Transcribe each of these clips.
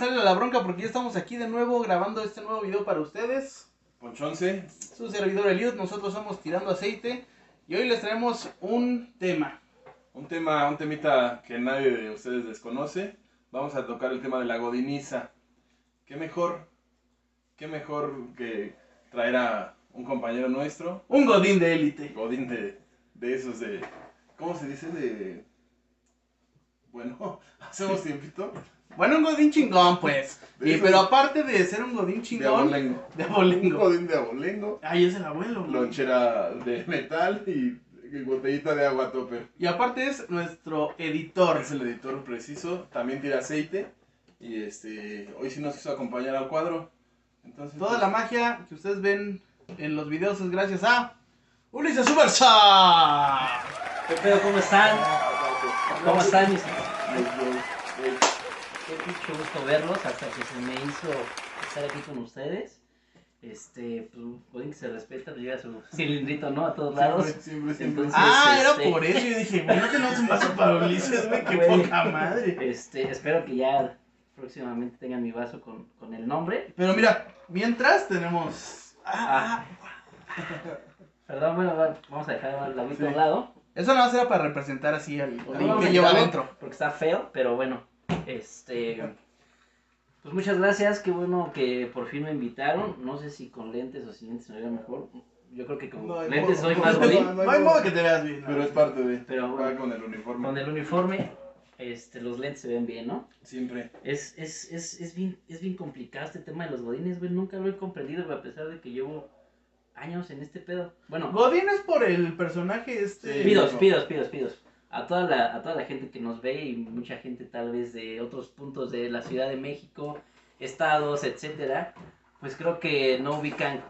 Eh, la bronca porque ya estamos aquí de nuevo grabando este nuevo video para ustedes. Ponchonce. Su servidor Eliud, nosotros somos Tirando Aceite y hoy les traemos un tema. Un tema, un temita que nadie de ustedes desconoce. Vamos a tocar el tema de la godiniza. Qué mejor, qué mejor que traer a un compañero nuestro, Un godín de élite. Godín de, de esos de, ¿cómo se dice? De, bueno, hacemos tiempito. Bueno, un godín chingón, pues. De Y, esos- pero aparte de ser un godín De chingón, abolengo. de Un abolengo. godín de abolengo. Ay, es el abuelo. güey. Lonchera de metal y, y botellita de agua topper. Y aparte es nuestro editor. Es el editor preciso, también tira aceite. Y este, hoy sí nos quiso acompañar al cuadro. Entonces, pues, Toda la magia que ustedes ven en los videos es gracias a Ulises Ubersa. ¿Qué pedo? ¿Cómo están? ah, ¿Cómo están? mis- eh, Qué pinche gusto verlos hasta que se me hizo estar aquí con ustedes. Este, pues, pueden que se respeta, pues llega su cilindrito, ¿no? A todos lados. Siempre, siempre, siempre. Entonces- Ah, era este- por eso. Yo dije, bueno, que no es un vaso para Ulises, güey, qué Güey. poca madre. Este, espero que ya próximamente tengan mi vaso con, con el nombre. Pero mira, mientras tenemos. Ah, ah, Perdón, bueno, va- vamos a dejar el agüita a Sí. un lado. eso nada más era para representar así al Lo al vamos que a lleva dejar adentro. Porque está feo, pero bueno. Este. Pues muchas gracias, qué bueno que por fin me invitaron. No sé si con lentes o sin lentes me vería mejor. Yo creo que con No, hay lentes modo. soy más godín. No hay modo que te veas bien. ¿no? Pero es parte de. Pero Va bueno, con el uniforme. ah, con el uniforme, este, los lentes se ven bien, ¿no? Siempre. Es, es, es, es, bien, es bien complicado este tema de los godines, güey. Nunca lo he comprendido, güey, a pesar de que llevo años en este pedo. Bueno, Godín es por el personaje este. Sí. Pidos, no. pidos, pidos, pidos. A toda, la, a toda la gente que nos ve y mucha gente tal vez de otros puntos de la Ciudad de México, estados, etcétera, pues creo que no ubican.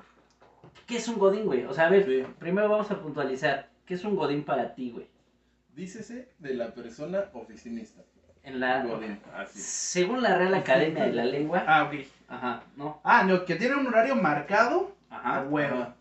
¿Qué es un godín, güey? O sea, a ver, Sí. primero vamos a puntualizar. ¿Qué es un godín para ti, güey? Dícese de la persona oficinista. En la... Godín. Así. Según la Real Academia de la Lengua... Ah, ok. Ajá, ¿no? Ah, no, que tiene un horario marcado a Ajá. huevo. Ajá.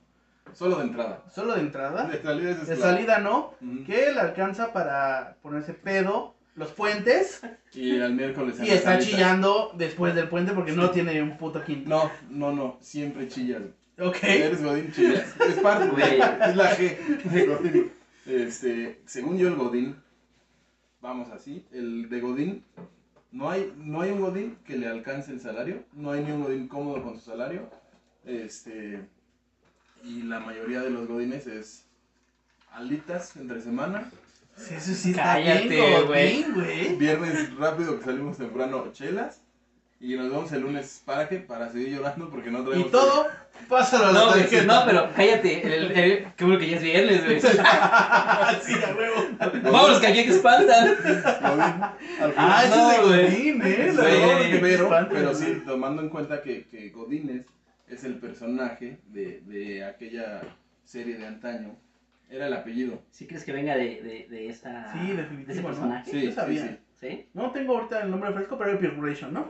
Solo de entrada. Solo de entrada. De salida es De esclavo. salida no. Ujú. Que le alcanza para ponerse pedo. Los puentes. Y al miércoles. en Y la está salita. chillando después del puente porque no tiene un puto quinto. No, no, no. Siempre chillas. Ok. Eres Godín chillas. Es parte, Güey. Es la G de Godín. Este, según yo, el Godín, vamos así, el de Godín, no hay, no hay un Godín que le alcance el salario, no hay ni un Godín cómodo con su salario. Este, y la mayoría de los Godines es alitas entre semana, Sí, Eso sí está Cállate, bien, güey. godín, güey. viernes rápido que salimos temprano, chelas. Y nos vemos el lunes para qué? Para seguir llorando porque no Y traemos. todo, pásalo a la No, güey, tarjeta. no, pero cállate, el, el- qué bueno que ya es viernes, güey. Sí, a huevo. Ah, Vámonos, que aquí espantan. Godín, al Ah, No, ese es de güey. Godín, eh. Es la Güey, verdad, que verdad, pero, espanta, pero güey. sí, tomando en cuenta que, que Godínez es el personaje de, de aquella serie de antaño, era el apellido. ¿Sí crees que venga de, de, de esa... Sí, de ese definitivo, ¿no? personaje? Sí, Yo sabía. sí, sí. ¿Sí? No tengo ahorita el nombre fresco, pero era Perforation, ¿no?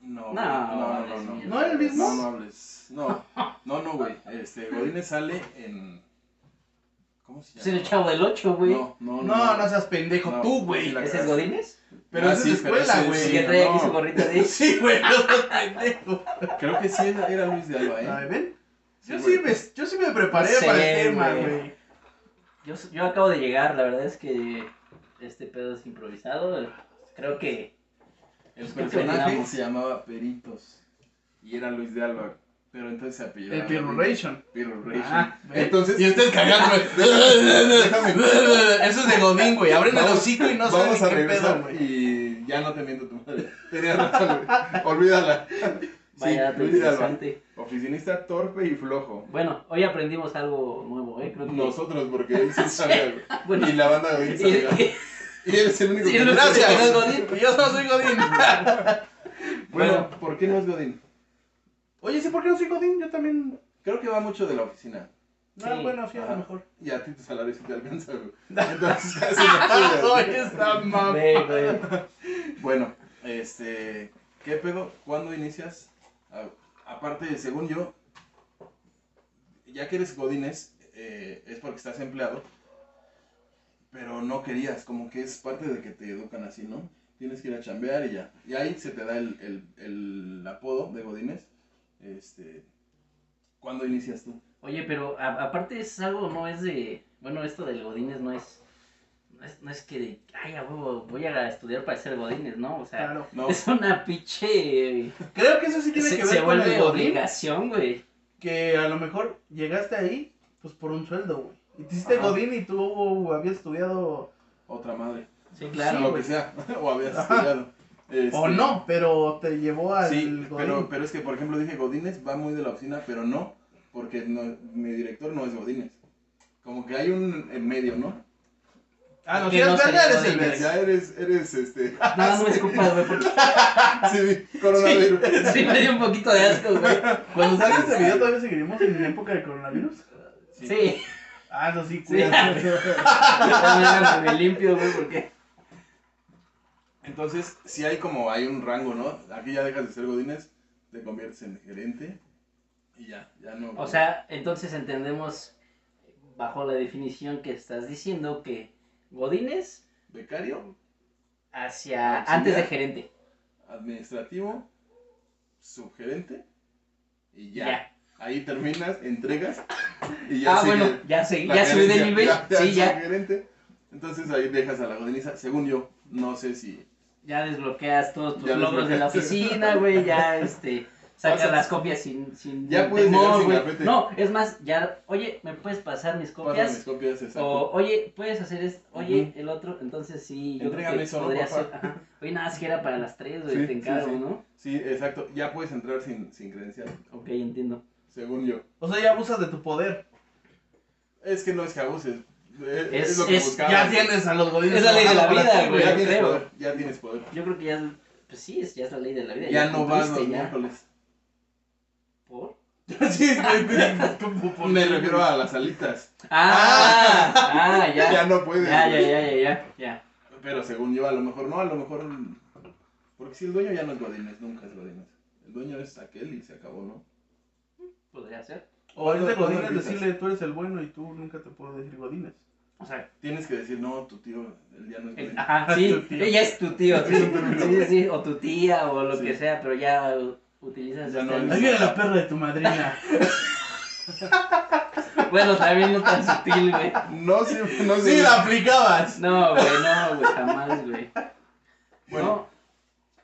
No, No, güey, no, no, hables no. mierda. ¿No era el mismo? No, no hables. No, no, no, güey. Este, Godínez sale en. ¿Cómo se Es el llama? chavo del 8, güey. No, no, no. No, no, seas pendejo, No, tú, sí güey. la- ¿Ese es Godínez? Pero Ah, esa sí, es pero escuela, ese es- güey. Sí, Sí, que trae aquí no. su gorrita de... Sí, güey, no seas pendejo. Creo que sí era, era Luis de Alba, ¿La ¿eh? ven? Sí, Yo güey. sí, me, yo sí me preparé No sé, para el tema, güey. güey. Yo, yo acabo de llegar, la verdad es que este pedo es improvisado. Creo que... El Pues que personaje terminamos. se llamaba Peritos y era Luis de Alba, pero entonces se apellidaba. El Godínez. Perforation. Pirration. Ah, Entonces, Y ustedes cagándome. Eso es de Godín, güey. Abren el Vamos- hocico y no saben vamos a qué pedo, regresar güey. y ya no te miento tu madre. Tenías razón, güey. Olvídala. Vaya dato Luis de Alba. interesante. Oficinista torpe y flojo. Bueno, hoy aprendimos algo nuevo, ¿eh? Creo que... Nosotros, porque él sí sabe algo. Bueno, Y la banda de y- él sabía. y- Y él es el único Sí, que no- Gracias, no no es es Godín. Yo no soy Godín. Bueno, Bueno. ¿por qué no es Godín? Oye, sí, ¿por qué no soy Godín? Yo también. Creo que va mucho de la oficina. No, Sí. bueno, sí, a Ajá. lo mejor. Y a ti tu salario sí te alcanza, güey. Entonces, casi no puedes. Soy esa mamá. Güey, güey. Bueno, este. ¿Qué pedo? ¿Cuándo inicias? A- aparte, según yo, ya que eres Godines, eh, es porque estás empleado, pero no querías, como que es parte de que te educan así, ¿no? tienes que ir a chambear y ya. Y ahí se te da el, el- el apodo de Godínez. Este, ¿Cuándo inicias tú? Oye, pero a- aparte es algo, no es de. Bueno, esto del Godines no es. No es, no es que de. Ay, a huevo, voy a estudiar para ser Godines, ¿no? O sea, Claro. No, es una pinche. Creo que eso sí Ah, tiene Se, que se ver con vuelve el godín, obligación, güey. que a lo mejor llegaste ahí, pues por un sueldo, güey. Y te hiciste Ajá. godín y tú uh, habías estudiado, otra madre. Sí, Sí, lo claro. que güey. sea. o habías pues. Ajá. estudiado. Este, o no, pero te llevó al Sí, godín. pero, pero es que, por ejemplo, dije Godínez va muy de la oficina, pero no, porque no- mi director no es Godínez. Como que hay un en medio, ¿no? Pues, Ah, no, Que si eres no sería verga, eres el godín, verga. Ya eres, eres este. Nada más me disculpas, güey, porque Sí, coronavirus. sí me dio un poquito de asco, güey. Cuando salga este video todavía seguiremos en época de coronavirus. Sí, Ah, eso sí, Sí. cuídate. Ahora me limpio, güey, porque. Entonces, sí hay como, hay un rango, ¿no? Aquí ya dejas de ser Godínez, te conviertes en gerente y ya, ya no. O sea, entonces entendemos, bajo la definición que estás diciendo, que Godines Becario, hacia Auxiliar. antes de gerente. administrativo, subgerente y Ya. ya. Ahí terminas, entregas y ya ah, sigue bueno, ya sé, la ya subí de gerencia, nivel. ya- sí, ya, subgerente. Entonces ahí dejas a la godiniza, según yo, no sé si. ya desbloqueas todos tus Ya logros de la desbloqueas. oficina, güey, ya este sacas O sea, las copias sin sin ya puedes llegar sin güey. gafete. No, es más, ya, oye, ¿me puedes pasar mis Pásame mis copias? copias, exacto. O, oye, ¿puedes hacer esto? Oye, Ujú. el otro, entonces sí, yo Entrégame creo que eso, podría por ser. favor. ajá. Oye, nada, si era para las tres, güey, Sí, te sí, encargo, sí. ¿no? Sí, exacto, ya puedes entrar sin, sin credencial, Ok, entiendo. según yo. O sea, ya abusas de tu poder. Es que no es que abuses. Es, Es- es lo que es- buscaba. ya tienes a los godines. Es la ley de la trabajando vida, para ti, güey. ya yo tienes creo. poder, ya tienes poder. Yo creo que ya, es- pues sí, es, ya es la ley de la vida. Ya, no vas los cumpliste, ya. miércoles. ¿Por? sí, güey, güey, Como por- me refiero a las alitas. Ah, ah, ya. Ya no puedes. Ya, ya, güey. ya, ya, ya, ya. Pero según yo, a lo mejor no, a lo mejor. mm, Porque si el dueño ya no es Godínez, nunca es Godínez. El dueño es aquel y se acabó, ¿no? Podría ser. O es de ¿Cuándo- godines cuándo decirle, tú eres el bueno y tú nunca te puedo decir godines. O sea, Tienes que decir, no, tu tío, él ya no es el- Godínez. ajá, sí, Tu tío. ella es tu tío, sí, Es un término. sí, sí, o tu tía, o lo Sí. que sea, pero ya utilizas Ya no este- Ahí viene la perra de tu madrina. Bueno, también no tan sutil, güey. No, sí, no, sí. sí, la aplicabas. No, güey, no, güey, jamás, güey. Bueno,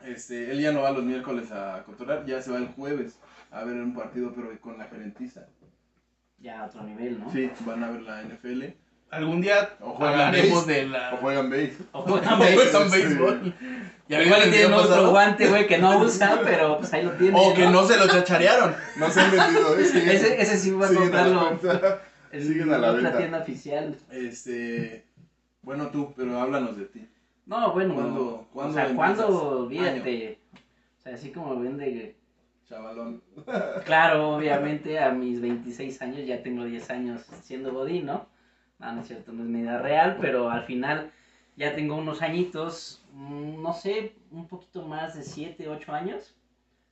este, él ya no va los miércoles a cotorrar, ya se va el jueves a ver un partido, pero con la gerentista. No, ya a otro nivel, ¿no? Sí, van a ver la NFL. Algún día O juegan hablaremos béis. de la. O juegan béisbol. O juegan Pues, béisbol. son béisbol. Ya Igual vieron el y tienen video otro pasado. guante, güey, que no usan, pero pues ahí lo tienen. O que no se lo chacharearon. No se han vendido, es que Ese, ese sí va a siguen a la comprarlo venta. en siguen a la otra venta. tienda oficial. Este, bueno tú, pero háblanos de ti. No, bueno, ¿Cuándo- o cuándo sea, cuando, empiezas? olvídate, o sea, así como vende, Chavalón. claro, obviamente a mis 26 años ya tengo 10 años siendo godín, ¿no? No, no es cierto, no es mi edad real, pero al final ya tengo unos añitos, mm, no sé, un poquito más de 7, 8 años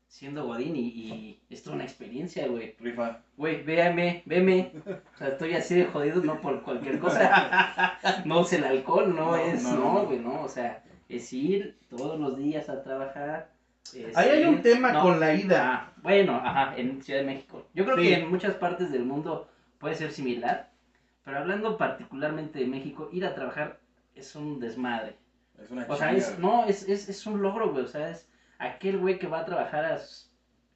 siendo godín y, y es toda una experiencia, güey. Rifa. Güey, véame, veme. O sea, estoy así de jodido, no por cualquier cosa. No es el alcohol, no, No, es. no, No, no. güey, no. O sea, es ir todos los días a trabajar. es Ahí hay un ir- tema no. con la ida. Ah, bueno, ajá, en Ciudad de México. Yo creo Sí. que en muchas partes del mundo puede ser similar. Pero hablando particularmente de México, ir a trabajar es un desmadre. Es una O sea, chinga, es, no, es, es, es un logro, güey. O sea, es aquel güey que va a trabajar a, s-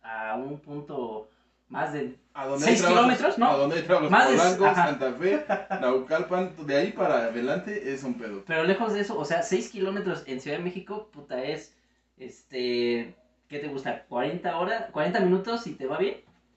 a un punto más de ¿A dónde ¿Seis hay trabajos? kilómetros? No. A dónde hay trabajos? Más de- Polanco, ajá. Santa Fe, Naucalpan, de ahí para adelante es un pedo. Pero lejos de eso, o sea, 6 kilómetros en Ciudad de México, puta, es, este, ¿qué te gusta? ¿40 horas? ¿40 minutos si te va bien?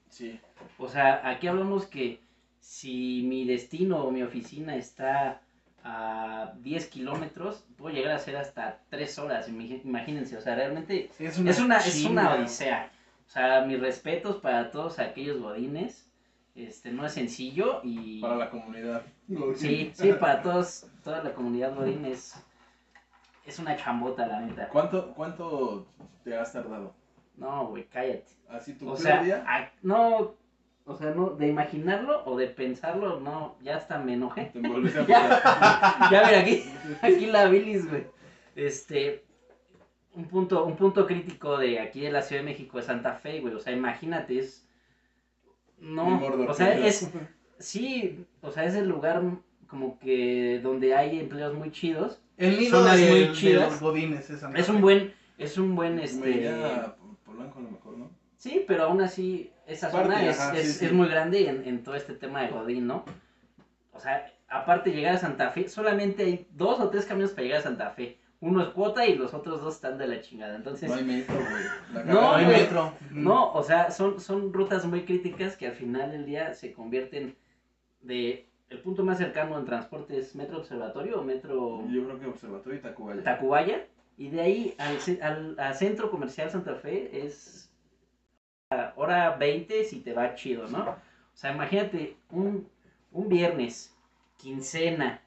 Sí. O sea, aquí hablamos que si mi destino o mi oficina está a 10 kilómetros, puedo llegar a ser hasta 3 horas, imagi- imagínense, o sea, realmente Es es una, es una chinga. odisea. O sea, mis respetos para todos aquellos godines, este, no es sencillo y... Para la comunidad. Sí, sí, para todos, toda la comunidad Godín es, es una chambota, la neta. ¿Cuánto, ¿Cuánto te has tardado? No, güey, cállate. ¿Así tu O peor sea, día? a- no, o sea, no, de imaginarlo o de pensarlo, no, ya hasta me enojé. Te envolviste a Ya, ya mira, aquí, aquí la bilis, güey. Este, un punto, un punto crítico de aquí de la Ciudad de México de Santa Fe, güey. O sea, imagínate, es. Ni No, Mordor, o sea, pero- es. Sí, o sea, es el lugar como que donde hay empleos muy chidos. El nido Zonas de, muy de chidas. los godines, esa Es un buen, es un buen, este. Me iría a Pol- Polanco a lo mejor, ¿no? Sí, pero aún así, esa Aparte, zona es, ajá, es- sí, sí. es muy grande en, en todo este tema de Godín, ¿no? O sea, aparte de llegar a Santa Fe, solamente hay dos o tres caminos para llegar a Santa Fe. Uno es cuota y los otros dos están de la chingada. Entonces, No hay metro, güey. La No, No cagaron. hay güey. metro. Mm. no, o sea, son, son rutas muy críticas que al final del día se convierten de... El punto más cercano en transporte es Metro Observatorio o Metro Yo creo que Observatorio y Tacubaya. Tacubaya. Y de ahí al, ce- al- a Centro Comercial Santa Fe es a hora 20 si te va chido, ¿no? O sea, imagínate un, un viernes, quincena,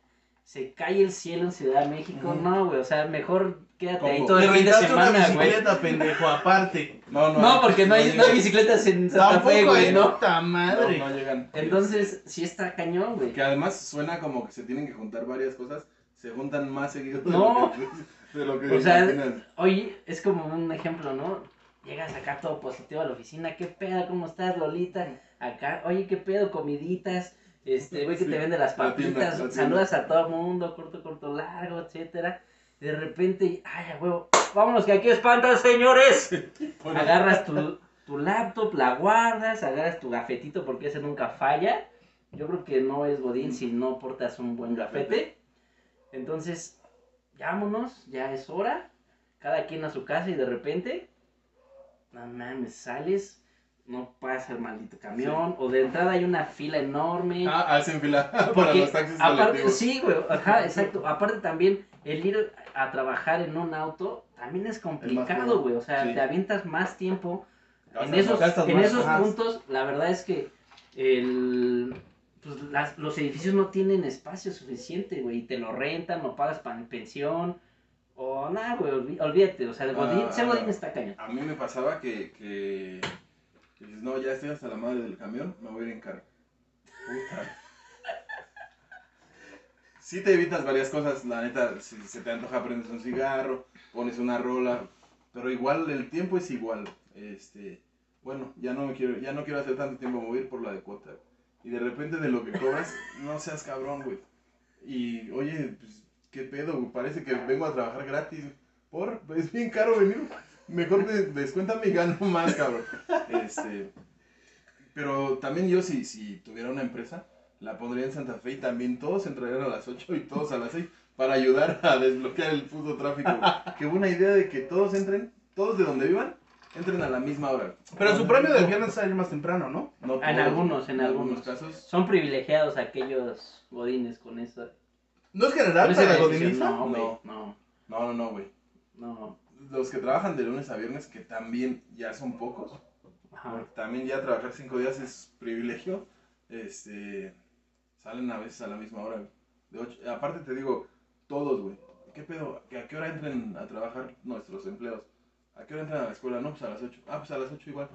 se cae el cielo en Ciudad de México. Ujú. No, güey, o sea, mejor quédate Como, ahí todo Te el fin de rentaste una semana, güey. bicicleta, pendejo, aparte. No, no. No, porque no hay, llegan. no hay bicicletas en Santa Fe, Tampoco, güey, eh, ¿no? puta madre. No, no llegan. Entonces, sí está cañón, güey. Que además suena como que se tienen que juntar varias cosas, se juntan más seguido de No. lo que, de lo que O sea, imaginan. Oye, es como un ejemplo, ¿no? Llegas acá todo positivo a la oficina, ¿qué pedo? ¿Cómo estás, Lolita? Acá, oye, ¿qué pedo? Comiditas, este, güey que Sí, te vende las la tienda, papitas, la tienda. saludas a todo mundo, corto, corto, largo, etcétera. Y de repente, ay, a huevo, vámonos que aquí espantan, señores. Bueno, Agarras tu, tu laptop, la guardas, agarras tu gafetito porque ese nunca falla. Yo creo que no es Godín si no portas un buen gafete. Entonces, ya vámonos, ya es hora. Cada quien a su casa y de repente, no mames, sales, no pasa el maldito camión. O de entrada hay una fila enorme. ah, hacen fila para Porque los taxis aparte, colectivos. sí, güey, ajá, exacto. Aparte también, el ir a trabajar en un auto también es complicado, tiempo, güey. O sea, sí. te avientas más tiempo. En Gastas esos, más, gastas en más. esos Ajá. puntos, la verdad es que el, pues, las- los edificios no tienen espacio suficiente, güey. y Te lo rentan, no pagas pan- pensión. O nada, güey, olví- olvídate. O sea, el Godín, Ah, ser Godín ah. está cañón. A mí me pasaba que, que, que dices, no, ya estoy hasta la madre del camión, me voy a ir en carro. Puta. Sí te evitas varias cosas, la neta, si se te antoja prendes un cigarro, pones una rola, pero igual el tiempo es igual. Este, bueno, ya no me quiero, ya no quiero hacer tanto tiempo me voy a ir por la de cuota. Y de repente de lo que cobras, no seas cabrón, güey. Y oye, pues, qué pedo, güey, parece que vengo a trabajar gratis. Por, es bien caro venir. Mejor de- descuéntame y gano más, cabrón. Este, pero también yo, si, si tuviera una empresa, la pondría en Santa Fe y también todos entrarían a las 8 y todos a las 6 para ayudar a desbloquear el puto tráfico. güey. Que buena idea de que todos entren, todos de donde vivan, entren a la misma hora. Pero su premio del viernes sale más temprano, ¿no? No En algunos, en algunos. casos. Son privilegiados aquellos Godines con eso. ¿No es con general ese para beneficio. godinista? No, güey, No. no, No, no, no, güey. no. Los que trabajan de lunes a viernes, que también ya son pocos, Ajá. también ya trabajar cinco días es privilegio. Este, salen a veces a la misma hora. güey. De ocho- aparte te digo, todos, güey. ¿Qué pedo? ¿Que ¿A qué hora entren a trabajar nuestros empleados? ¿A qué hora entran a la escuela? No, pues a las 8. Ah, pues a las 8 igual.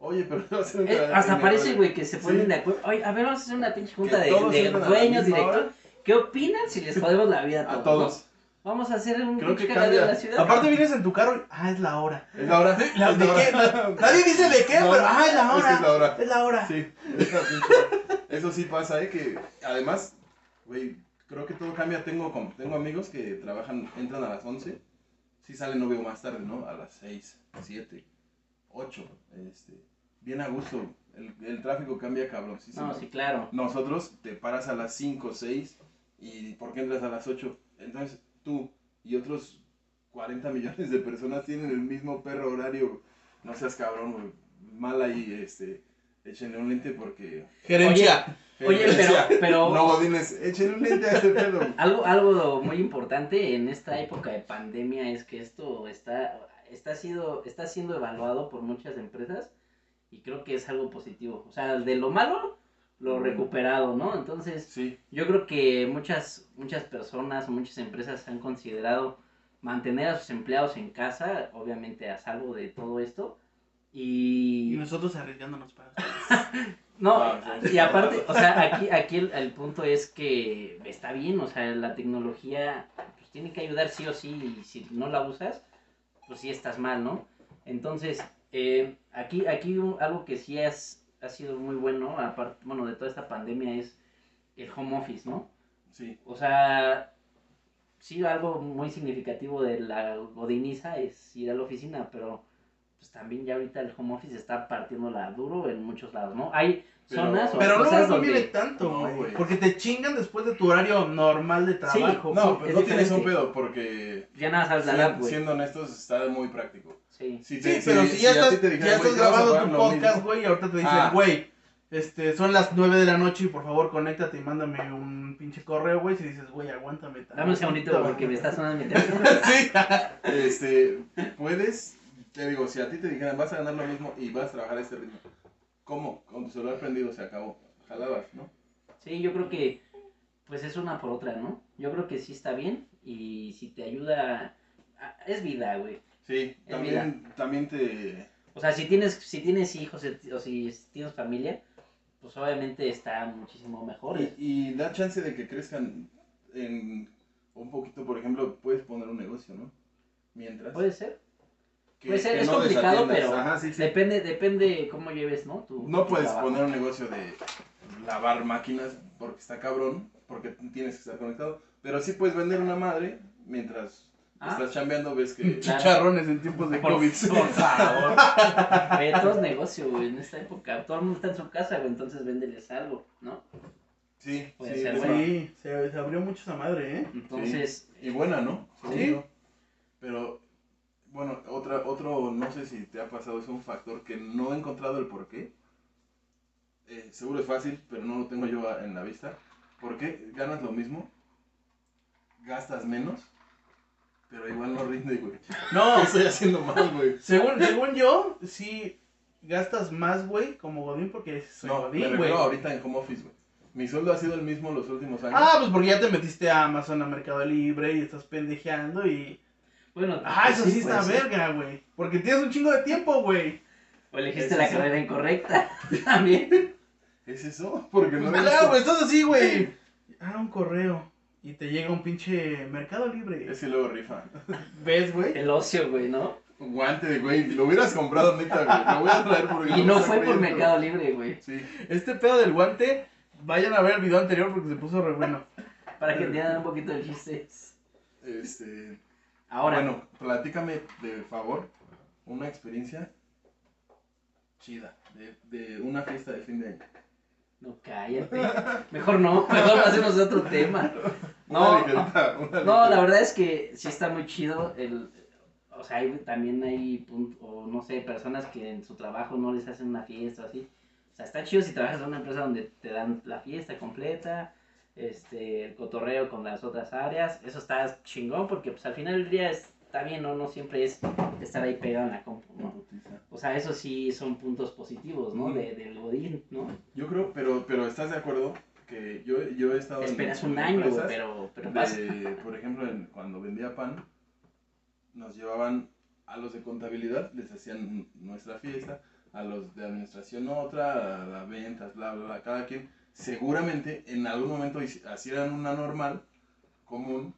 Oye, pero no se Eh, hasta parece, güey, que se ponen Sí. de acuerdo. Oye, a ver, vamos a hacer una pinche junta Que de, todos de entran a la dueños, misma director. ¿Qué opinan si les jodemos la vida A a todos? todos. Vamos a hacer un Creo pinche que cagadero en cambia. la ciudad. Aparte vienes en tu carro y... Ah, es la hora. Es la hora. La- es ¿de la qué? hora. Nadie dice de qué, No, pero... Ah, es la es que hora. es la hora. Es la hora. Sí, es una pinche- eso sí pasa, ¿eh? Que además, güey, creo que todo cambia. Tengo, com- tengo amigos que trabajan, entran a las 11, sí salen, no veo más tarde, ¿no? A las 6, 7, 8, este, bien a gusto. El, el tráfico cambia, cabrón. sí, no, sí. sí, claro. Nosotros te paras a las 5, 6 y ¿por qué entras a las 8? Entonces tú y otros 40 millones de personas tienen el mismo perro horario. No seas cabrón, güey. Mal ahí, este, échenle un lente porque... Gerencia. Oye, pero, pero No, Godines, échenle un lente a este pedo. algo, algo muy importante en esta época de pandemia es que esto está, está, sido, está siendo evaluado por muchas empresas y creo que es algo positivo. O sea, de lo malo, lo recuperado, ¿no? Entonces, Sí, Yo creo que muchas, muchas personas, muchas empresas han considerado mantener a sus empleados en casa, obviamente a salvo de todo esto. Y Y nosotros arriesgándonos para... no, Ah, sí. y aparte, o sea, aquí, aquí el, el punto es que está bien, o sea, la tecnología pues, tiene que ayudar sí o sí, y si no la usas, pues sí estás mal, ¿no? Entonces, eh, aquí, aquí un- algo que sí es, ha sido muy bueno, aparte, bueno, de toda esta pandemia es el home office, ¿no? Sí. O sea, sí, algo muy significativo de la godiniza es ir a la oficina, pero pues también ya ahorita el home office está partiéndola duro en muchos lados, ¿no? Hay Pero- zonas o Pero no cosas me conviene donde... tanto, No, güey. güey. porque te chingan después de tu horario normal de Sí. trabajo. No, es pero no tienes diferente. un pedo porque, Ya nada, sabes la lab, siendo, güey. siendo honestos, está muy práctico. Sí. Si Sí, te- pero si ya a ti estás, te dijeran, ya güey, estás te vas a grabando pagar tu lo podcast, mismo. güey, y ahorita te dicen, Ah. güey, este, son las 9 de la noche y por favor conéctate y mándame un pinche correo, güey, si dices, güey, aguántame. Dame un segundito tantito, porque me güey". está sonando mi teléfono. sí. Este, puedes, te digo, si a ti te dijeran, vas a ganar lo mismo y vas a trabajar a este ritmo. ¿Cómo? Con tu celular prendido se acabó. Jalabas, ¿no? Sí, yo creo que pues es una por otra, ¿no? Yo creo que sí está bien y si te ayuda a- es vida, güey. Sí, Es también, también te... O sea, si tienes si tienes hijos o si tienes familia, pues obviamente está muchísimo mejor. Y, y da chance de que crezcan en un poquito, por ejemplo, puedes poner un negocio, ¿no? Mientras. Puede ser. que- puede ser, que es complicado, desatiendas. pero Ajá, sí, sí. Depende depende cómo lleves, ¿no? Tu- No tu puedes trabajo. poner un negocio de lavar máquinas porque está cabrón, porque tienes que estar conectado. Pero sí puedes vender una madre mientras Ah. estás chambeando, ves que... Claro. Chicharrones en tiempos de Por, COVID. por favor. Güey, todo es negocio, güey, en esta época. Todo el mundo está en su casa, güey, entonces véndeles algo, ¿no? Sí, Puede sí, ser, es güey. verdad. Sí, se, se abrió mucho esa madre, ¿eh? Entonces, Y buena, ¿no? Según Sí. yo. Pero, bueno, otra, otro, no sé si te ha pasado, es un factor que no he encontrado el por qué. Eh, seguro es fácil, pero no lo tengo yo a- en la vista. ¿Por qué ganas lo mismo? Gastas menos, pero igual no rinde, güey. No, ¿Qué estoy haciendo mal, güey? según, según yo, sí gastas más, güey, como Godín, porque soy No, me Godín, güey. refiero ahorita en home office, güey. Mi sueldo ha sido el mismo los últimos años. Ah, pues porque ya te metiste a Amazon, a Mercado Libre y estás pendejeando y... bueno. Ah, pues eso sí puede está ser. verga, güey. Porque tienes un chingo de tiempo, güey. O elegiste Eso la sí. carrera incorrecta también. ¿Es eso? Porque no Pues he claro, visto. güey, estás así, güey. Ah, un correo. Y te llega un pinche Mercado Libre. Es que luego rifa. ¿Ves, güey? El ocio, güey, ¿no? Guante, güey. Lo hubieras comprado, neta, güey. Lo voy a traer porque Y no está fue por creyendo. Mercado Libre, güey. Sí. Este pedo del guante, vayan a ver el video anterior porque se puso re bueno. Para que entiendan un poquito el chiste. Este. Ahora, Bueno, platícame, de favor, una experiencia chida de, de una fiesta de fin de año. no cállate. Mejor no, mejor hacemos otro tema. Una No, ah, ligerita, una No, la ligerita. verdad es que sí está muy chido el... O sea, hay- también hay, pun- o no sé, personas que en su trabajo no les hacen una fiesta o así. O sea, está chido si trabajas en una empresa donde te dan la fiesta completa, este, el cotorreo con las otras áreas. Eso está chingón porque pues al final del día está bien, ¿no? No siempre es estar ahí pegado en la compu, Una ¿no? putiza. O sea, eso sí son puntos positivos, ¿no? Ujú. De, del godín, ¿no? Yo creo, pero, pero estás de acuerdo que yo, yo he estado en- Esperas en un año, empresas pero, pero de- pasa. por ejemplo, en- cuando vendía pan, nos llevaban a los de contabilidad, les hacían nuestra fiesta, a los de administración otra, a las ventas, bla, bla, bla, cada quien. Seguramente en algún momento hici- hacían una normal, común,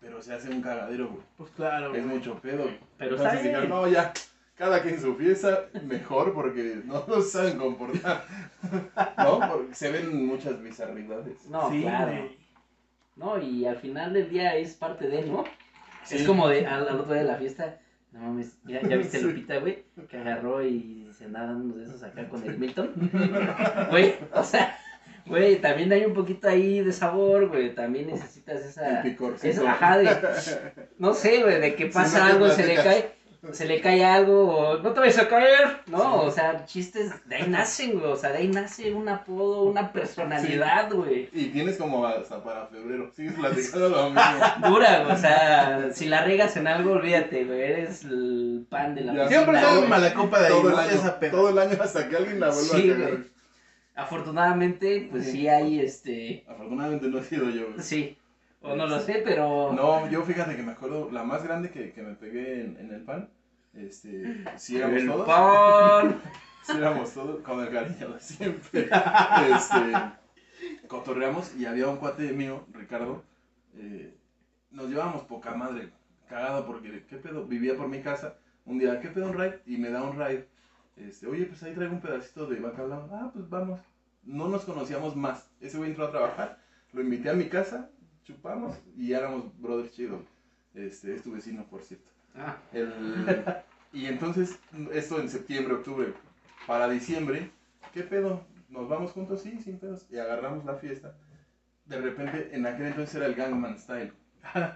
pero se hace un cagadero, güey. Pues claro, Es mucho pedo. Pero Entonces está bien. dijeron, no, ya, cada quien su fiesta, mejor porque no nos saben comportar. ¿No? Porque se ven muchas bizarridades. No, sí, claro. güey. No, y al final del día es parte de, ¿no? Sí. Es como de al, al otro día de la fiesta. No mames, ya, ya viste Sí. Lupita, güey, que agarró y se andaba dando de esos acá con el Milton. Güey, o sea, güey, también hay un poquito ahí de sabor, güey. También necesitas esa. El picorcito. esa ajá, de, no sé, güey, de que Si pasa no te algo, se le platicas. cae. Se le cae algo, o no te vayas a caer, ¿no? O sea, chistes, de ahí nacen, güey. O sea, de ahí nace un apodo, una personalidad, güey. Y tienes como hasta para febrero. Sigues platicando lo mismo. Dura, o sea, si la regas en algo, olvídate, güey, eres el pan de la Ya. Siempre oficina, sale güey. mal. mala copa de ahí, todo, ¿no? el año, Esa peda. todo el año hasta que alguien la vuelva Sí, a cagar. güey. Afortunadamente, pues sí hay este. Afortunadamente no he sido yo. güey. Sí, o no lo sé, pero. No, yo fíjate que me acuerdo, la más grande que, que me pegué en, en el pan, este, si éramos el todos, pan. si éramos todos, con el cariño de siempre, este, cotorreamos y había un cuate mío, Ricardo, eh, nos llevábamos poca madre, cagada porque, ¿qué pedo? Vivía por mi casa. Un día, ¿qué pedo un ride? Y me da un ride. Este, oye, pues ahí traigo un pedacito de bacalao. Ah, pues vamos. No nos conocíamos más. Ese güey entró a trabajar. Lo invité a mi casa. Chupamos y éramos brothers chido. Este, es tu vecino, por cierto. Ah, El- y entonces, esto en septiembre, octubre, para diciembre, ¿qué pedo? ¿Nos vamos juntos? Sí, sin pedos. Y agarramos la fiesta. De repente, en aquel entonces era el Gangman Style.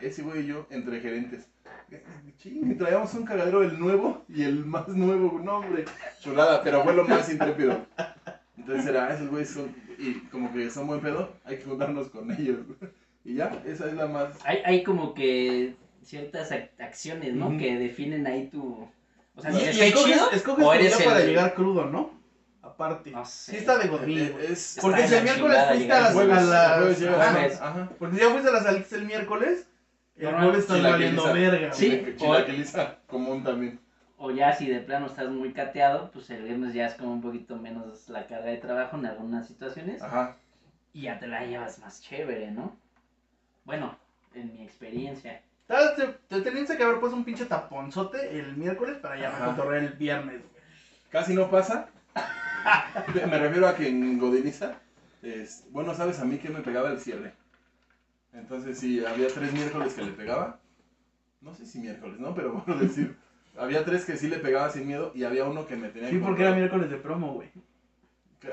Ese güey y yo, entre gerentes. Ching, y traíamos un cagadero el nuevo y el más nuevo, no hombre, chulada, pero fue lo más intrépido. Entonces era, "Ah, esos güeyes son, y como que son buen pedo, hay que juntarnos con ellos. Y ya, esa es la más hay, hay como que ciertas ac- acciones, ¿no? Ujú. Que definen ahí tu... O sea, Y- si y eres escoges, chido escoges o tu día eres el... para llegar crudo, ¿no? Aparte. No sé. Sí está de Eh, godín, güey. es Porque Está si en el la miércoles chingada fuiste llegar. a las... jueves, a las- el jueves llega, Ajá. Jueves. ajá. Porque si ya fuiste a las Alix el miércoles, el Ajá. jueves estás Chilaquiliza. valiendo verga. Sí. güey. Que Chilaquiliza común también. O ya si de plano estás muy cateado, pues el viernes ya es como un poquito menos la carga de trabajo en algunas situaciones Ajá. y ya te la llevas más chévere, ¿no? Bueno, en mi experiencia. Tal vez Te, te tenías que haber puesto un pinche taponzote el miércoles para ya Ajá. no cotorrear el viernes, güey. Casi no pasa. me refiero a que en Godiniza, es, bueno, sabes a mí que me pegaba el cierre. Entonces, sí, había tres miércoles que le pegaba. No sé si miércoles, ¿no? Pero por decir, había tres que sí le pegaba sin miedo y había uno que me tenía Sí, que porque era miércoles de promo, güey.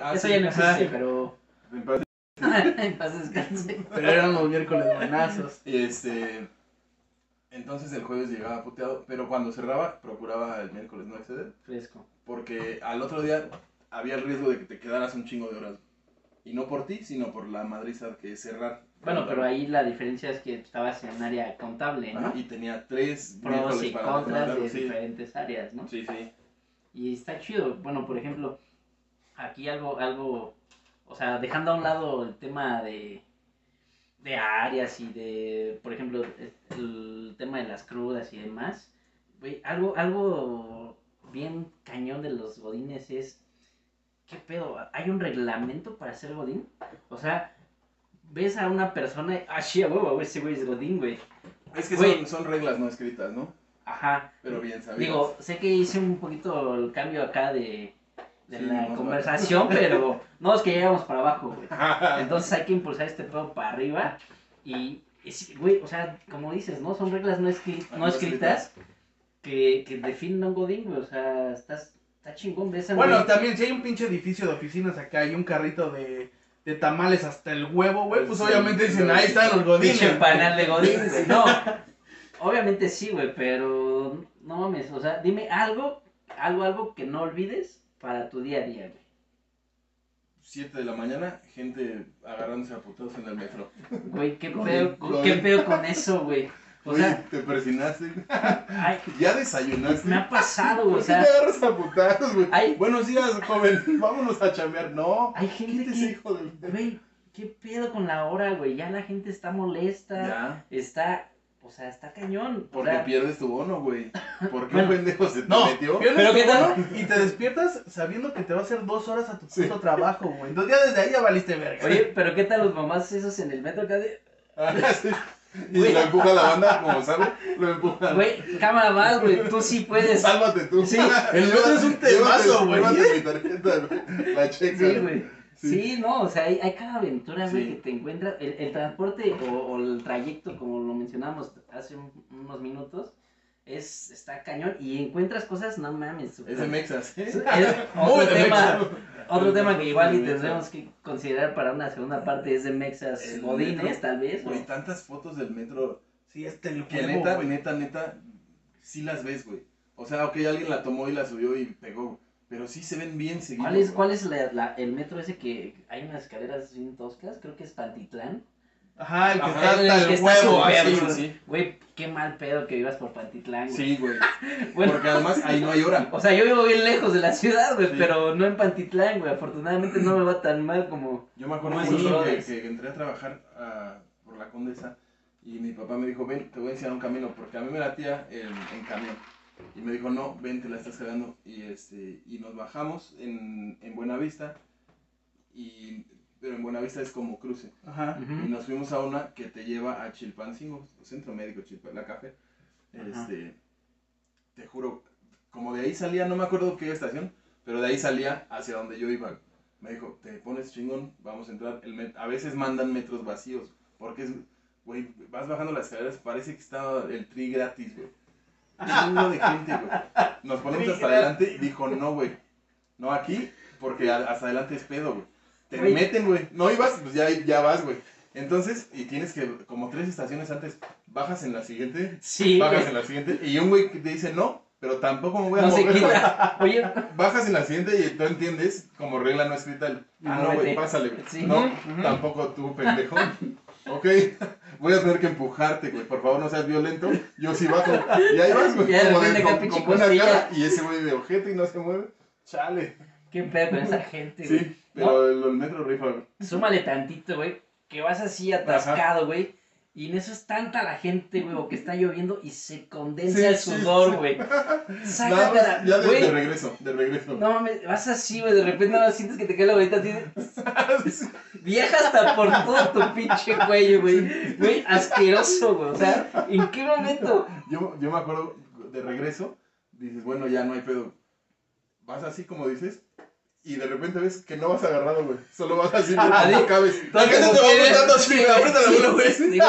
Ah, Eso sí. ya no ajá. existe, pero... Entonces, en paz descanse. Pero eran los miércoles buenazos. Este, entonces el jueves llegaba puteado, pero cuando cerraba, procuraba el miércoles no exceder. Fresco. Porque al otro día había el riesgo de que te quedaras un chingo de horas. Y no por ti, sino por la madriza que es cerrar. Bueno, pero ahí la diferencia es que estabas en un área contable, Ajá, ¿no? Y tenía tres Pros miércoles y para contras de recomendarlo, sí. diferentes áreas, ¿no? Sí, sí. Y está chido. Bueno, por ejemplo, aquí algo, algo, o sea, dejando a un lado el tema de, de áreas y de, por ejemplo, el, el tema de las crudas y demás, güey, algo, algo bien cañón de los godines es, ¿qué pedo? ¿Hay un reglamento para ser godín? O sea, ves a una persona, y, ah, sí, a huevo, a huevo, ese güey es godín, güey. Es que Güey. son, son reglas no escritas, ¿no? Ajá, Pero bien sabidas. Digo, sé que hice un poquito el cambio acá de, de Sí, la no, conversación, pero no es que llegamos para abajo, güey. Ah. Entonces hay que impulsar este pedo para arriba y, y sí, güey, o sea, como dices, ¿no? Son reglas no, escri- no Ah, No escritas que, que definen a un godín, güey. O sea, estás, está chingón de esa, Bueno, también, si hay un pinche edificio de oficinas acá y un carrito de, de tamales hasta el huevo, güey, pues Sí, obviamente dicen, sí. ahí están los Pinche godines. panal de Godín, güey. No. Obviamente sí, güey, pero no mames. O sea, dime algo, algo, algo que no olvides para tu día a día, güey. 7 de la mañana, gente agarrándose a putados en el metro. Güey, qué Lo pedo, vi, lo qué vi. pedo con eso, güey. O Oye, sea, te persinaste. ay, ya desayunaste. me ha pasado, güey. ¿Por O qué sea, te agarras a putados, güey? Ay. Buenos días, joven. Vámonos a chambear. No. hay gente Quítese, que, hijo del... güey, qué pedo con la hora, güey. Ya la gente está molesta, Ya. está, o sea, está cañón. o Porque sea, pierdes tu bono, güey. Porque Bueno. un pendejo se te No, metió. pierdes Pero tu ¿qué tal? bono Y te despiertas sabiendo que te va a hacer dos horas a tu Sí. puto trabajo, güey. Entonces ya desde ahí ya valiste verga. Oye, pero ¿qué tal los mamás esos en el metro? acá de, Ah, sí. Y Güey. lo empuja la banda, como sale, lo empuja. Güey, cámara más, güey, tú sí puedes. Sálvate tú. Sí, el otro es un temazo, güey. Llévate mi tarjeta, güey. La checa. Sí, güey. Sí. Sí, no, o sea, hay, hay cada aventura, güey, Sí. que te encuentras. El, el transporte o, o el trayecto, como lo mencionamos hace un- unos minutos, es está cañón y encuentras cosas, no mames. súper- Es de Mexas, es ¿eh? otro Muy de tema, Mexas. otro tema que igual De y Mexas. tendremos que considerar para una segunda parte es de Mexas El Godines, metro. tal vez. o- Güey, tantas fotos del metro Sí, hasta el que huevo, neta, güey. neta, neta, sí las ves, güey. O sea, ok, alguien la tomó y la subió y pegó. Pero sí se ven bien seguidos. ¿Cuál es, güey. cuál es la- la- el metro ese que hay unas escaleras bien toscas? Creo que es Pantitlán. Ajá, el que Ajá, está el hasta el que está huevo, súper, así. sí, güey. sí. Güey, qué mal pedo que vivas por Pantitlán, güey. Sí, güey. Bueno, Porque además ahí no hay hora. o sea, yo vivo bien lejos de la ciudad, güey, Sí. pero no en Pantitlán, güey. Afortunadamente no me va tan mal como... Yo me acuerdo No hay mucho roles. que, que entré a trabajar ah, por la condesa y mi papá me dijo, ven, te voy a enseñar un camino, porque a mí me latía en, en camión. Y me dijo, no, ven, te la estás cagando. Y, este, y nos bajamos en, en Buenavista, y, pero en Buenavista es como cruce. Ajá. Y Ujú. nos fuimos a una que te lleva a Chilpancingo, Centro Médico Chilpan, la café. Este, te juro, como de ahí salía, no me acuerdo qué estación, pero de ahí salía hacia donde yo iba. Me dijo, te pones chingón, vamos a entrar. El met- a veces mandan metros vacíos, porque es, güey, vas bajando las escaleras, parece que está el tri gratis, güey. Chingo de gente, güey. Nos ponemos Tri hasta gratis. adelante y dijo, no, güey. No aquí, porque a- hasta adelante es pedo, güey. Te Güey. meten, güey. No ibas, pues ya, ya vas, güey. Entonces, y tienes que, como tres estaciones antes, bajas en la siguiente, Sí, bajas güey. en la siguiente, y un güey que te dice no, pero tampoco me voy a No se mover, güey. quita. Oye, Bajas en la siguiente y tú entiendes como regla no escrita el, ah, no, güey, Muévete. pásale, güey. Sí. No, Ujú. tampoco tú, pendejo. ok, voy a tener que empujarte, güey. Por favor, no seas violento. Yo sí bajo. Y ahí vas, güey. Ya de como repente acá, con- pinche con buena costilla. cara. Y ese güey de ojete y no se mueve. Chale. qué pedo con esa gente, güey. Sí, pero el, el metro rifa, güey. Súmale tantito, güey. Que vas así atascado, güey. Y en eso es tanta la gente, güey, o que está lloviendo y se condensa Sí, el sí, sudor, sí. güey. Nada más, ya Sácatela, de, de güey. regreso, de regreso. No mames, vas así, güey, de repente no sientes que te cae la bolita así. de- Viaja hasta por todo tu pinche cuello, güey. Güey, asqueroso, güey. O sea, ¿en qué momento? Yo, yo me acuerdo de regreso, dices, bueno, ya no hay pedo. Vas así como dices, y de repente ves que no vas agarrado, güey. Solo vas así, güey, Ah, no sí. cabes. Todo La gente como te va quiere. apretando así, güey, aprieta la Sí, mano, güey. sí,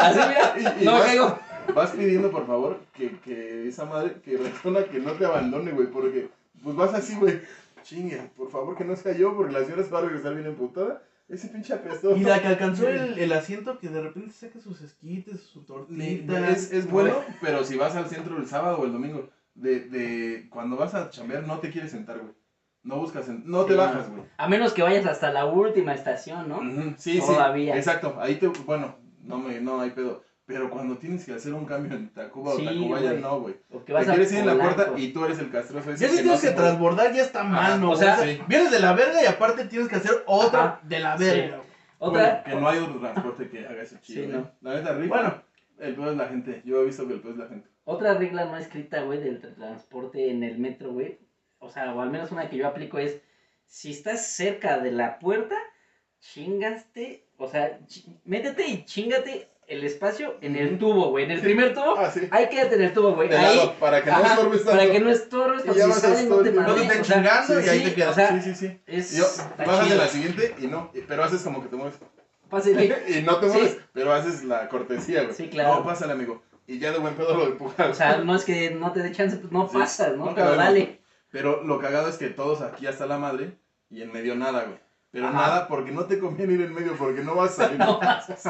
Así, mira, Y- y no vas- caigo. Vas pidiendo, por favor, que, que esa madre, que la persona que no te abandone, güey, porque pues vas así, güey. Chingue, por favor que no sea yo, porque la señora se va a regresar bien emputada. Ese pinche apestoso. Y la que alcanzó el, el asiento que de repente saca sus esquites, su tortita. Es, es bueno, pero si vas al centro el sábado o el domingo, de, de cuando vas a chambear no te quieres sentar, güey. No buscas, sen- no te Sí, bajas, güey. A menos que vayas hasta la última estación, ¿no? Ujú, Sí, Todavía. sí. Exacto, ahí te, bueno, no me, no hay pedo. Pero cuando tienes que hacer un cambio en Tacuba Sí, o Tacubaya, güey. no, güey. O que Te vas a pues. quieres ir en la Polanco. puerta y tú eres el castroso. ese Ya si que tienes no que se mueve. transbordar, ya está mal, ¿no? o güey? sea, sí. vienes de la verga y aparte tienes que hacer otra Ajá. de la verga. güey. Otra. Bueno, que no hay otro transporte que haga ese chido. Sí, güey. no. La neta, rifa. Bueno. Bueno, el pedo es la gente. Yo he visto que el pedo es la gente. Otra regla no escrita, güey, del tra- transporte en el metro, güey. O sea, o al menos una que yo aplico es, si estás cerca de la puerta, chingaste, o sea, chi- métete y chingate el espacio en el Ujú. tubo, güey. En el primer tubo, Ah, sí. ahí quédate en el tubo, güey. De Ahí, lado, para que no ajá, estorbes para tanto. que no estorbes, Y porque ya si vas a sales no te estorbar. No te madrees, estén o sea, chingando y sí, ahí te o quedas. sea, Sí, sí, sí. es... Y Yo, está bajas de chido. la siguiente y no, y- pero haces como que te mueves. Pásale. Y no te Sí. mueves, pero haces la cortesía, güey. Sí, claro. No, pásale, amigo. Y ya de buen pedo lo empujas. O sea, no es que no te dé chance, pues no Sí, pasas, ¿no? no Pero cabemos. dale. Pero lo cagado es que todos aquí hasta la madre y en medio nada, güey. Pero Ajá. nada porque no te conviene ir en medio porque no vas a salir. No pasas.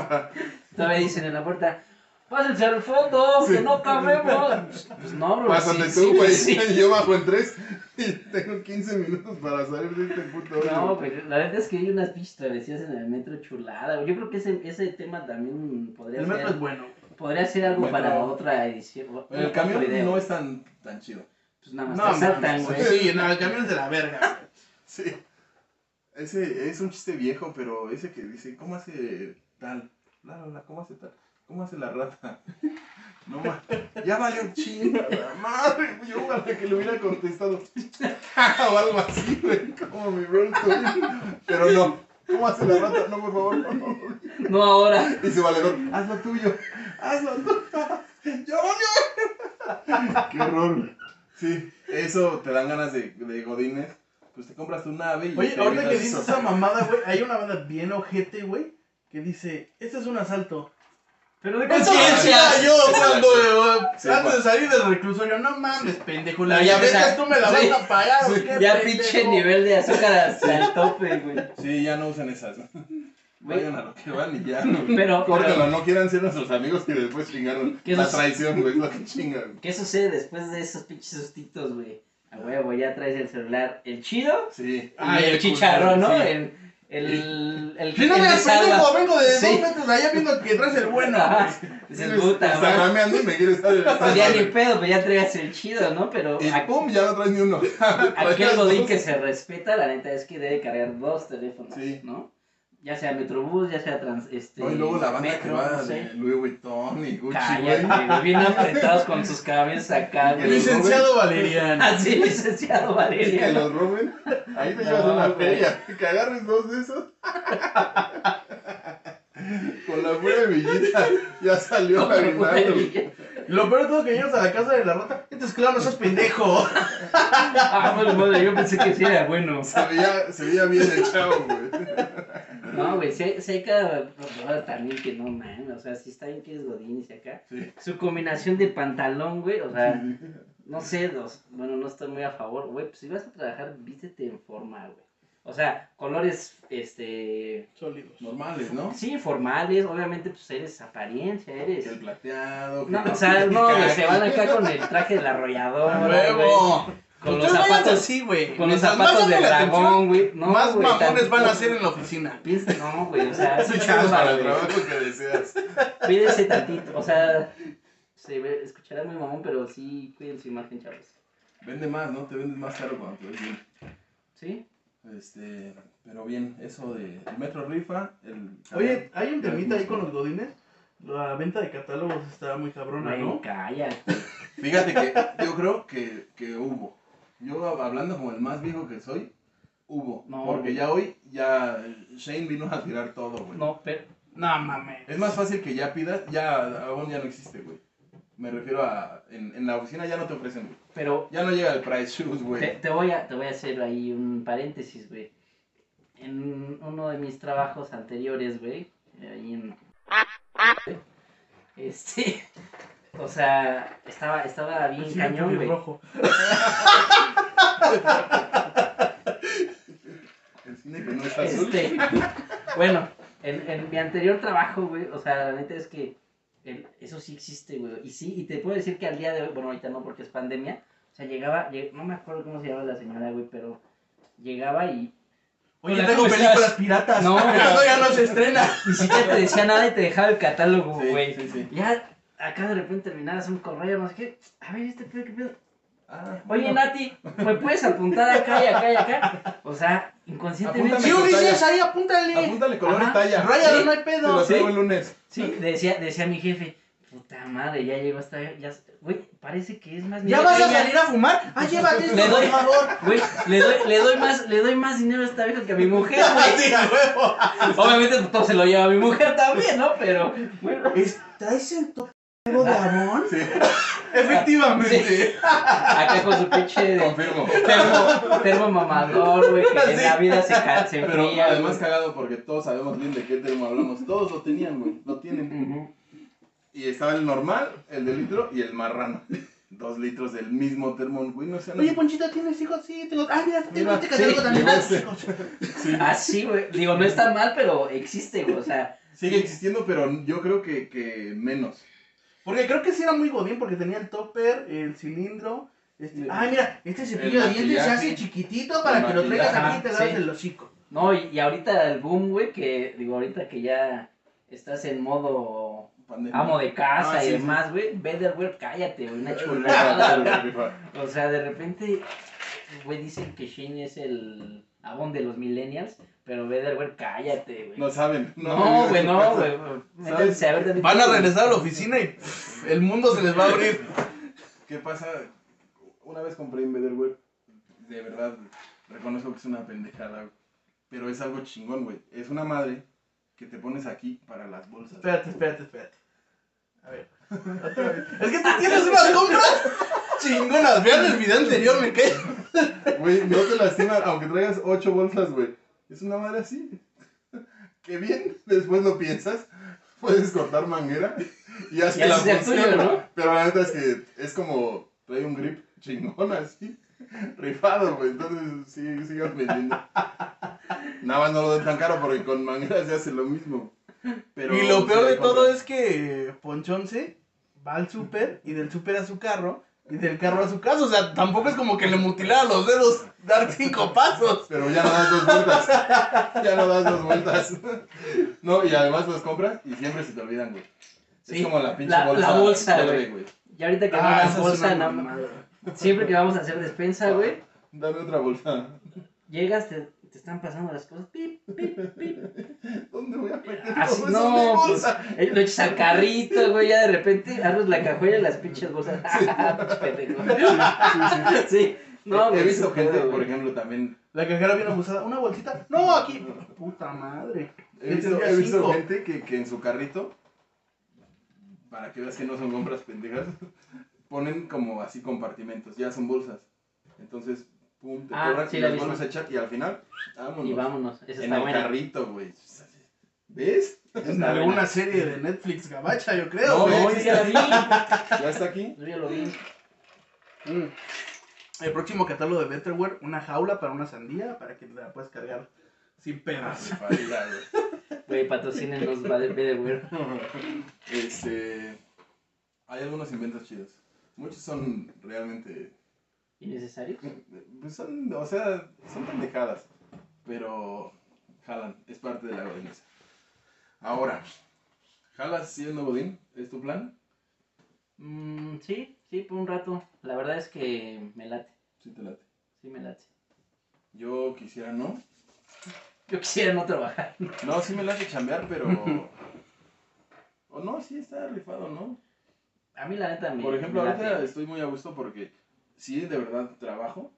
Todavía dicen en la puerta, pásense al fondo, que no cabemos. Pues no, bro. Pásate tú, sí, sí, güey. sí. Yo bajo en tres y tengo 15 minutos para salir de este puto hoyo. No, güey. güey, la verdad es que hay unas pinches travesías en el metro chulada. güey. Yo creo que ese, ese tema también podría El metro es ser, bueno. güey. podría ser algo Metro. para otra edición. El otro camión video. no es tan, tan chido. Pues nada más No, te mames, saltan, güey. Sí, no, el camión es de la verga. güey. Sí. Ese es un chiste viejo, pero ese que dice, ¿cómo hace tal? La, la, la, ¿cómo hace tal? ¿Cómo hace la rata? No más. Ya valió chingada madre. Yo para que le hubiera contestado. o algo así, güey. Como mi bro. el tuyo. Pero no. ¿Cómo hace la rata? No, por favor. no, no. No ahora. Y su valedor, haz lo tuyo, haz lo tuyo. ¡Yo ¡Qué horror! Sí, eso te dan ganas de, de godines. Pues te compras tu nave y Oye, te ahorita que evitas dices eso. esa mamada, güey, hay una banda bien ojete, güey, que dice, este es un asalto. Pero de Eso conciencia. decía yo Sí, cuando eh, Sí, antes güey. de salir del reclusorio. No mames, pendejo. La Sí, diabetes esa- tú me la vas sí. a pagar. ¿o Sí. qué, Ya pendejo? pinche nivel de azúcar hasta el tope, güey. Sí, ya no usen esas. Güey, Vayan a lo que van y ya. No. Pero, Córtalo, pero, no quieran ser nuestros amigos que después chingaron. ¿Qué La nos- traición, güey, es lo que chingan. ¿qué sucede después de esos pinches sustitos, güey? A huevo, ya traes el celular. El chido Sí. Ah, y el el chicharrón, ¿no? Sí. El, el, el, Si no el me que das salva. pendejo, vengo de Sí. dos metros allá viendo que traes el bueno. Ajá. Sí, Dices, puta, Está güey. mameando y me quieres estar. Pues ya ni pedo, pues ya traías el chido, ¿no? Pero Y aqu- pum, ya no traes ni uno. aquel godín que se respeta, la neta es que debe cargar dos teléfonos, Sí. ¿no? Ya sea Metrobús, ya sea trans, este, No, y luego la banda que Metro, va no sé. de Louis Vuitton y Gucci, Cállate, güey. güey, bien apretados con sus cabezas acá, Que los güey. Licenciado Valeriano. Así, licenciado Que Valeria. los roben. Ahí te No, llevas una güey. feria. Que agarres dos de esos. Con la pura villita ya salió Con la la pura aguinaldo. villa. Y Lo peor de todo que llegas a la casa de la rata. Este es claro, no seas pendejo. Ah, madre, madre, yo pensé que sí era bueno. Se veía, se veía bien el chavo, güey. No, güey, se, seca también que no, man. O sea, si está bien que es Godín y acá. Sí. Su combinación de pantalón, güey, o sea, no sé, dos. Bueno, no estoy muy a favor, güey. Pues si vas a trabajar, vístete en forma, güey. O sea, colores, este. Sólidos. Normales, ¿no? Sí, formales, obviamente, pues eres apariencia, eres. El plateado. No, que- o sea, no, güey, se van ¡A acá con el traje del arrollador, Ah, güey. huevo! Con los Ustedes vayan zapatos. así, güey. Con los Mientras más zapatos de llame la atención, dragón, güey. No, más güey, mamones tantito, van a ser en la oficina. Piensa- No, güey, o sea, Su es chamba, Para chamba, el güey. trabajo que deseas. Cuídense tantito, o sea, se ve, escuchará muy mamón, pero sí cuiden su imagen, chavos. Vende más, ¿no? Te vendes más caro cuando te ves bien. ¿Sí? Este, pero bien, eso de el Metro Rifa, el... Oye, hay un temita ahí con los godines. La venta de catálogos está muy cabrona, Bueno, ¿no? calla. Fíjate que yo creo que, que hubo. Yo hab- hablando como el más viejo que soy, hubo. No, porque güey. ya hoy, ya Shane vino a tirar todo, güey. No, pero. No mames. Es más fácil que ya pidas, ya aún ya no existe, güey. Me refiero a, en, en la oficina ya no te ofrecen, güey. pero Ya no llega el Price Shoes, te, güey. te voy a, te voy a hacer ahí un paréntesis, güey. En uno de mis trabajos anteriores, güey, ahí en. Este. O sea, estaba, estaba bien Sí, cañón, güey. rojo. El cine que no es azul. Este, bueno, en, en mi anterior trabajo, güey, o sea, la neta es que el- eso sí existe, güey. Y sí, y te puedo decir que al día de hoy, bueno, ahorita no porque es pandemia, o sea, llegaba, lle- no me acuerdo cómo se llamaba la señora, güey, pero llegaba y Oye, Hola, tengo ¿cómo películas estás? piratas. No, güey. Eso ya no se estrena. ni siquiera te decía nada y te dejaba el catálogo, Sí, güey. sí, sí. Ya acá de repente terminabas un correo, no sé qué. A ver, este pedo, qué pedo. Ah, Oye, bueno. Nati, ¿me puedes apuntar acá y acá y acá? O sea, inconscientemente. Apúntame Si Ulises, talla. ahí apúntale. Apúntale color Ajá. y talla. Ráyalo, Sí. no hay Te lo pedo. Sí. traigo el lunes. Sí, decía, decía mi jefe, puta madre, ya llegó hasta... Ya, güey, parece que es más... ¿Ya dinero vas a que ella". salir a fumar? Ah, llévate Le esto, doy- por favor. Güey, le doy, le, doy más, le doy más dinero a esta vieja que a mi mujer, güey. Sí, a huevo. Obviamente pues, todo se lo lleva a mi mujer también, ¿no? Pero, bueno, ¿Traes el topo de Amón? Sí, Efectivamente. acá con su pinche de confirmo. termo, termo mamador, güey, que en la vida se, ca- se Pero enfría, además güey. cagado porque todos sabemos bien de qué termo hablamos. Todos lo tenían, güey. Lo tienen. Ujú. Y estaba el normal, el de litro y el marrano. Dos litros del mismo termo, güey. No sé. Oye, pues- Ponchita, ¿tienes hijos? Sí, tengo. Ah, mira, tengo Mira, este catálogo sí, también. llegó Ah, este. hijos. Así, güey. Digo, no está mal, pero existe, güey. O sea, Sigue existiendo, pero yo creo que, que menos. Porque creo que sí era muy godín porque tenía el topper, el cilindro. Este... Sí. Ah, mira, este cepillo de El dientes se hace maquillaje. chiquitito para El que lo traigas aquí maquillaje. y te hagas Sí. el hocico. no, y, y ahorita el boom, güey, que, digo, ahorita que ya estás en modo Pandemia. amo de casa Ah, sí, y sí. demás, güey. Better, güey, cállate, güey, una chulada, güey. Rifa. O sea, de repente, güey, dicen que Shane es el abón de los millennials, pero Better, güey, cállate, güey. No saben. No, güey, no, güey. Métanse a ver tantito. a la oficina y pff, el mundo se les va a abrir. ¿Qué pasa? Una vez compré Invader, güey. De verdad, reconozco que es una pendejada, güey. Pero es algo chingón, güey. Es una madre que te pones aquí para las bolsas. Espérate, espérate, espérate. A ver. Otra vez. Es que tú tienes unas compras chingonas. Vean el video anterior, me cae. Güey, no te lastimas, aunque traigas ocho bolsas, güey. Es una madre así. Que bien, después lo piensas, puedes cortar manguera y haz Y que la haces el funcione. tuyo, ¿no? Pero la neta es que es como trae un grip chingón así, rifado, güey. Entonces sí, sigan vendiendo. Nada más no lo den tan caro porque con manguera se hace lo mismo. Pero y lo peor de todo es que Ponchonce va al súper y del súper a su carro y del carro a su casa. O sea, tampoco es como que le mutilara los dedos dar cinco pasos. Pero ya no das dos vueltas. Ya no das dos vueltas. No, y además las compras y siempre se te olvidan, güey. Sí, es como la pinche la- bolsa. la bolsa, verde, güey. Y ahorita Ah, que no hagas bolsa, nada más- siempre que vamos a hacer despensa, güey, Dame otra bolsa. llegas, te, te están pasando las cosas, pip, pip, pip. ¿Dónde voy a meter Así todo eso en mi no, pues, bolsa? eh, lo echas al carrito, güey, ya de repente abres la cajuela y las pinches bolsas. Ah, Pendejo. sí, no, he, güey, he visto sí, gente, güey. por ejemplo, también. La cajera bien abusada. Una bolsita. No, aquí. Puta madre. He Yo visto, tendría he visto cinco. gente que, que en su carrito para que veas que no son compras pendejas, ponen como así compartimentos, ya son bolsas. Entonces, pum, te Ah, cobran sí, y la las vi, vuelves sí. a echar y al final, vámonos. Y vámonos. Esa en está el buena. carrito, güey. ¿Ves? En alguna serie de Netflix gabacha, yo creo. No, güey. No, yo ya la vi. Ya está aquí. Yo ya lo vi. Mm. El próximo catálogo de Betterware, una jaula para una sandía para que la puedas cargar sin penas. Fácil, güey. Güey, patrocínenos, va de Bedeware. Este. Hay algunos inventos chidos. Muchos son realmente. ¿Innecesario? pues Son, o sea, son pendejadas. Pero. Jalan. Es parte de la godinesa. Ahora. ¿Jalas siendo godín? ¿Es tu plan? Mm, sí, sí, por un rato. La verdad es que me late. Sí, te late. Sí, me late. Yo quisiera no. Yo quisiera no trabajar. No, sí me late chambear, pero. O no, sí está rifado, ¿no? A mí la neta me. Por ejemplo, me late. ahorita estoy muy a gusto porque sí, de verdad trabajo.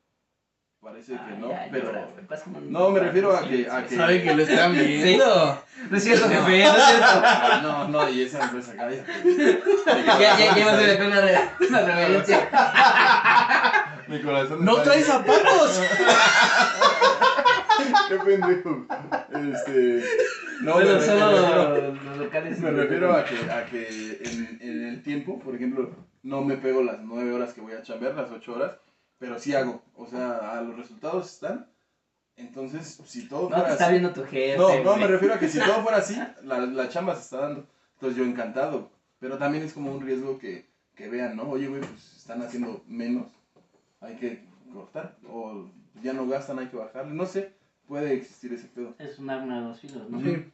Parece Ah, que no, ya, pero. llora, güey, pásame un- No, me refiero a que- a que- Saben que lo están viendo. No es cierto, jefe, no es cierto. Ah, no, no, y esa empresa, cállate. Ya, ya, ya va a ser acá una, re- una reverencia. Mi corazón. ¡No está traes zapatos! Qué pendejo. Este. No, Bueno, me, refiero- solo me refiero, los locales. me refiero a que, a que en, en el tiempo, por ejemplo, no me pego las nueve horas que voy a chambear, las ocho horas, pero sí hago. O sea, a los resultados están. Entonces, si todo No te fuera está así. viendo tu jefe. No, no, güey. me refiero a que si todo fuera así, la, la chamba se está dando. Entonces yo encantado. Pero también es como un riesgo que, que vean, ¿no? Oye, güey, pues están haciendo menos. Hay que cortar. O ya no gastan, hay que bajarle. No sé, puede existir ese pedo. Es un arma de dos filos, ¿no? Sí.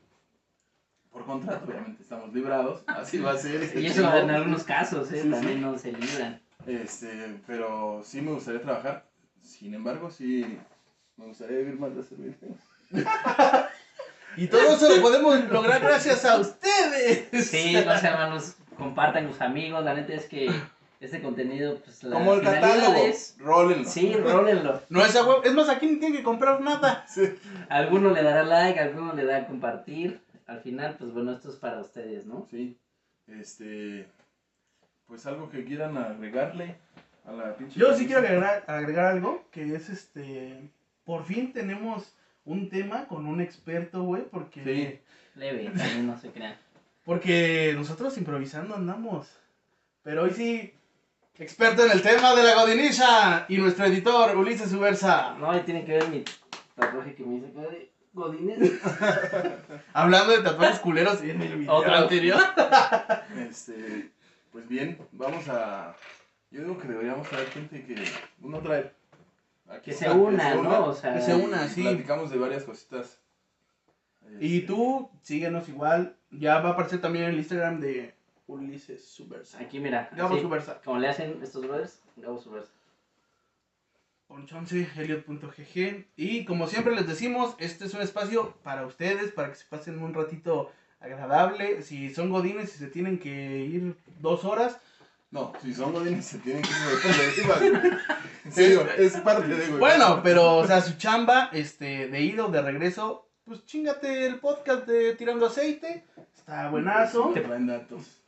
Por contrato, obviamente, estamos librados. Así va a ser. este Y eso chingo. en algunos casos, Sí, ¿eh? sí. También no se libran. Este, pero sí me gustaría trabajar. Sin embargo, sí me gustaría vivir más de servicio. Y todo eso lo podemos lograr gracias a ustedes. Sí, no sean malos, compartan con sus amigos. La neta es que este contenido, pues. La Como el finalidad catálogo. es- Rólenlo. Sí, rólenlo. No es a huevo. Es más, aquí ni tienen que comprar nada. Alguno le dará like, alguno le dará compartir. Al final, pues bueno, esto es para ustedes, ¿no? Sí. Este. Pues algo que quieran agregarle a la pinche. Yo sí quiero agregar, agregar algo, que es este... Por fin tenemos un tema con un experto, güey, porque... Sí. Leve, también no se crean. Porque nosotros improvisando andamos. Pero hoy sí, experto en el tema de la godiniza y nuestro editor Ulises Ubersa. No, ahí tiene que ver mi tatuaje que me hice acá de Godines. Hablando de tatuajes culeros en el video Otro. anterior. Este. Pues bien, vamos a. Yo digo que deberíamos traer gente que. Uno traer. Aquí Ah, Que se está, una, ¿no? O sea, que se una, y sí. Platicamos de varias cositas. Y Este, tú, síguenos igual. Ya va a aparecer también el Instagram de Ulises Ubersa. aquí mira. Gabo así, Ubersa. como le hacen estos brothers, Gabo Subers. Ponchonce, Elliot.gg. Y como siempre les decimos, este es un espacio para ustedes, para que se pasen un ratito agradable. Si son godines y se tienen que ir dos horas, No, si son godines se tienen que ir de En serio, es parte de. güey. Bueno, pero, o sea, su chamba, este, de ida o de regreso, pues chingate el podcast de Tirando Aceite. Está buenazo. Te traen datos.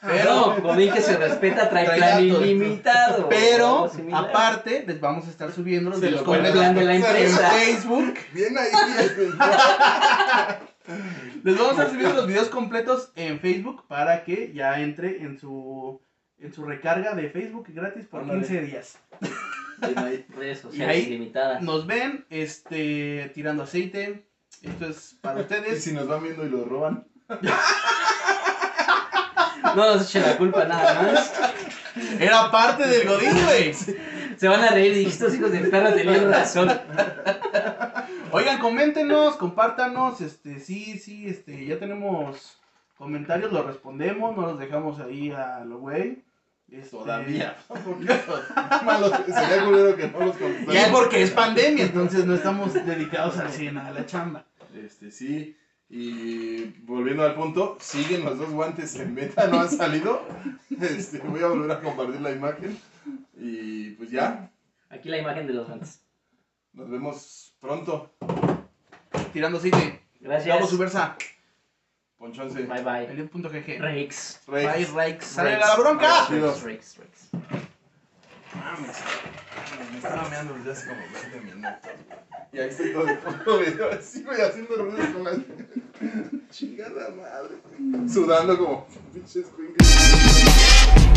Pero, no, Godín que se respeta trae Trae plan datos. ilimitado. o pero, algo similar. aparte, les vamos a estar subiendo los Se videos lo pueden completos plan de la en empresa. Facebook. Bien ahí. Les vamos a estar subiendo los videos completos en Facebook para que ya entre en su, en su recarga de Facebook gratis por Ándale. 15 días. Bien ahí. redes Y ahí- sociales ilimitadas. Nos ven, este, Tirando Aceite. Esto es para Y ustedes. si nos van viendo y lo roban. No nos echen la culpa nada más. Era parte del Godín, güey. Se van a reír y estos hijos de perra tenían razón. Oigan, coméntenos, compártanos, este, sí, sí, este, ya tenemos comentarios, los respondemos, no los dejamos ahí a lo güey. Este, Todavía. Malo, sería culero que no los contestara. Ya porque es pandemia, entonces no estamos dedicados al cien, a la chamba. Este, sí. Y volviendo al punto, siguen los dos guantes en meta, no han salido. Este, voy a volver a compartir la imagen. Y pues ya, Aquí la imagen de los guantes. nos vemos pronto. Tirando aceite, Gracias. vamos su versa. Con chance. Bye bye. Elliot.gg. Rex. Bye, Rex. Rex. ¡Sale Rex. la bronca! Rex, Rex, Rex. Mames, mames, Me estaba meando desde hace como 20 minutos. Y ahí estoy todo el puto video así, güey, haciendo ruidos con las. Chingada madre. Sudando como pinches cuencas.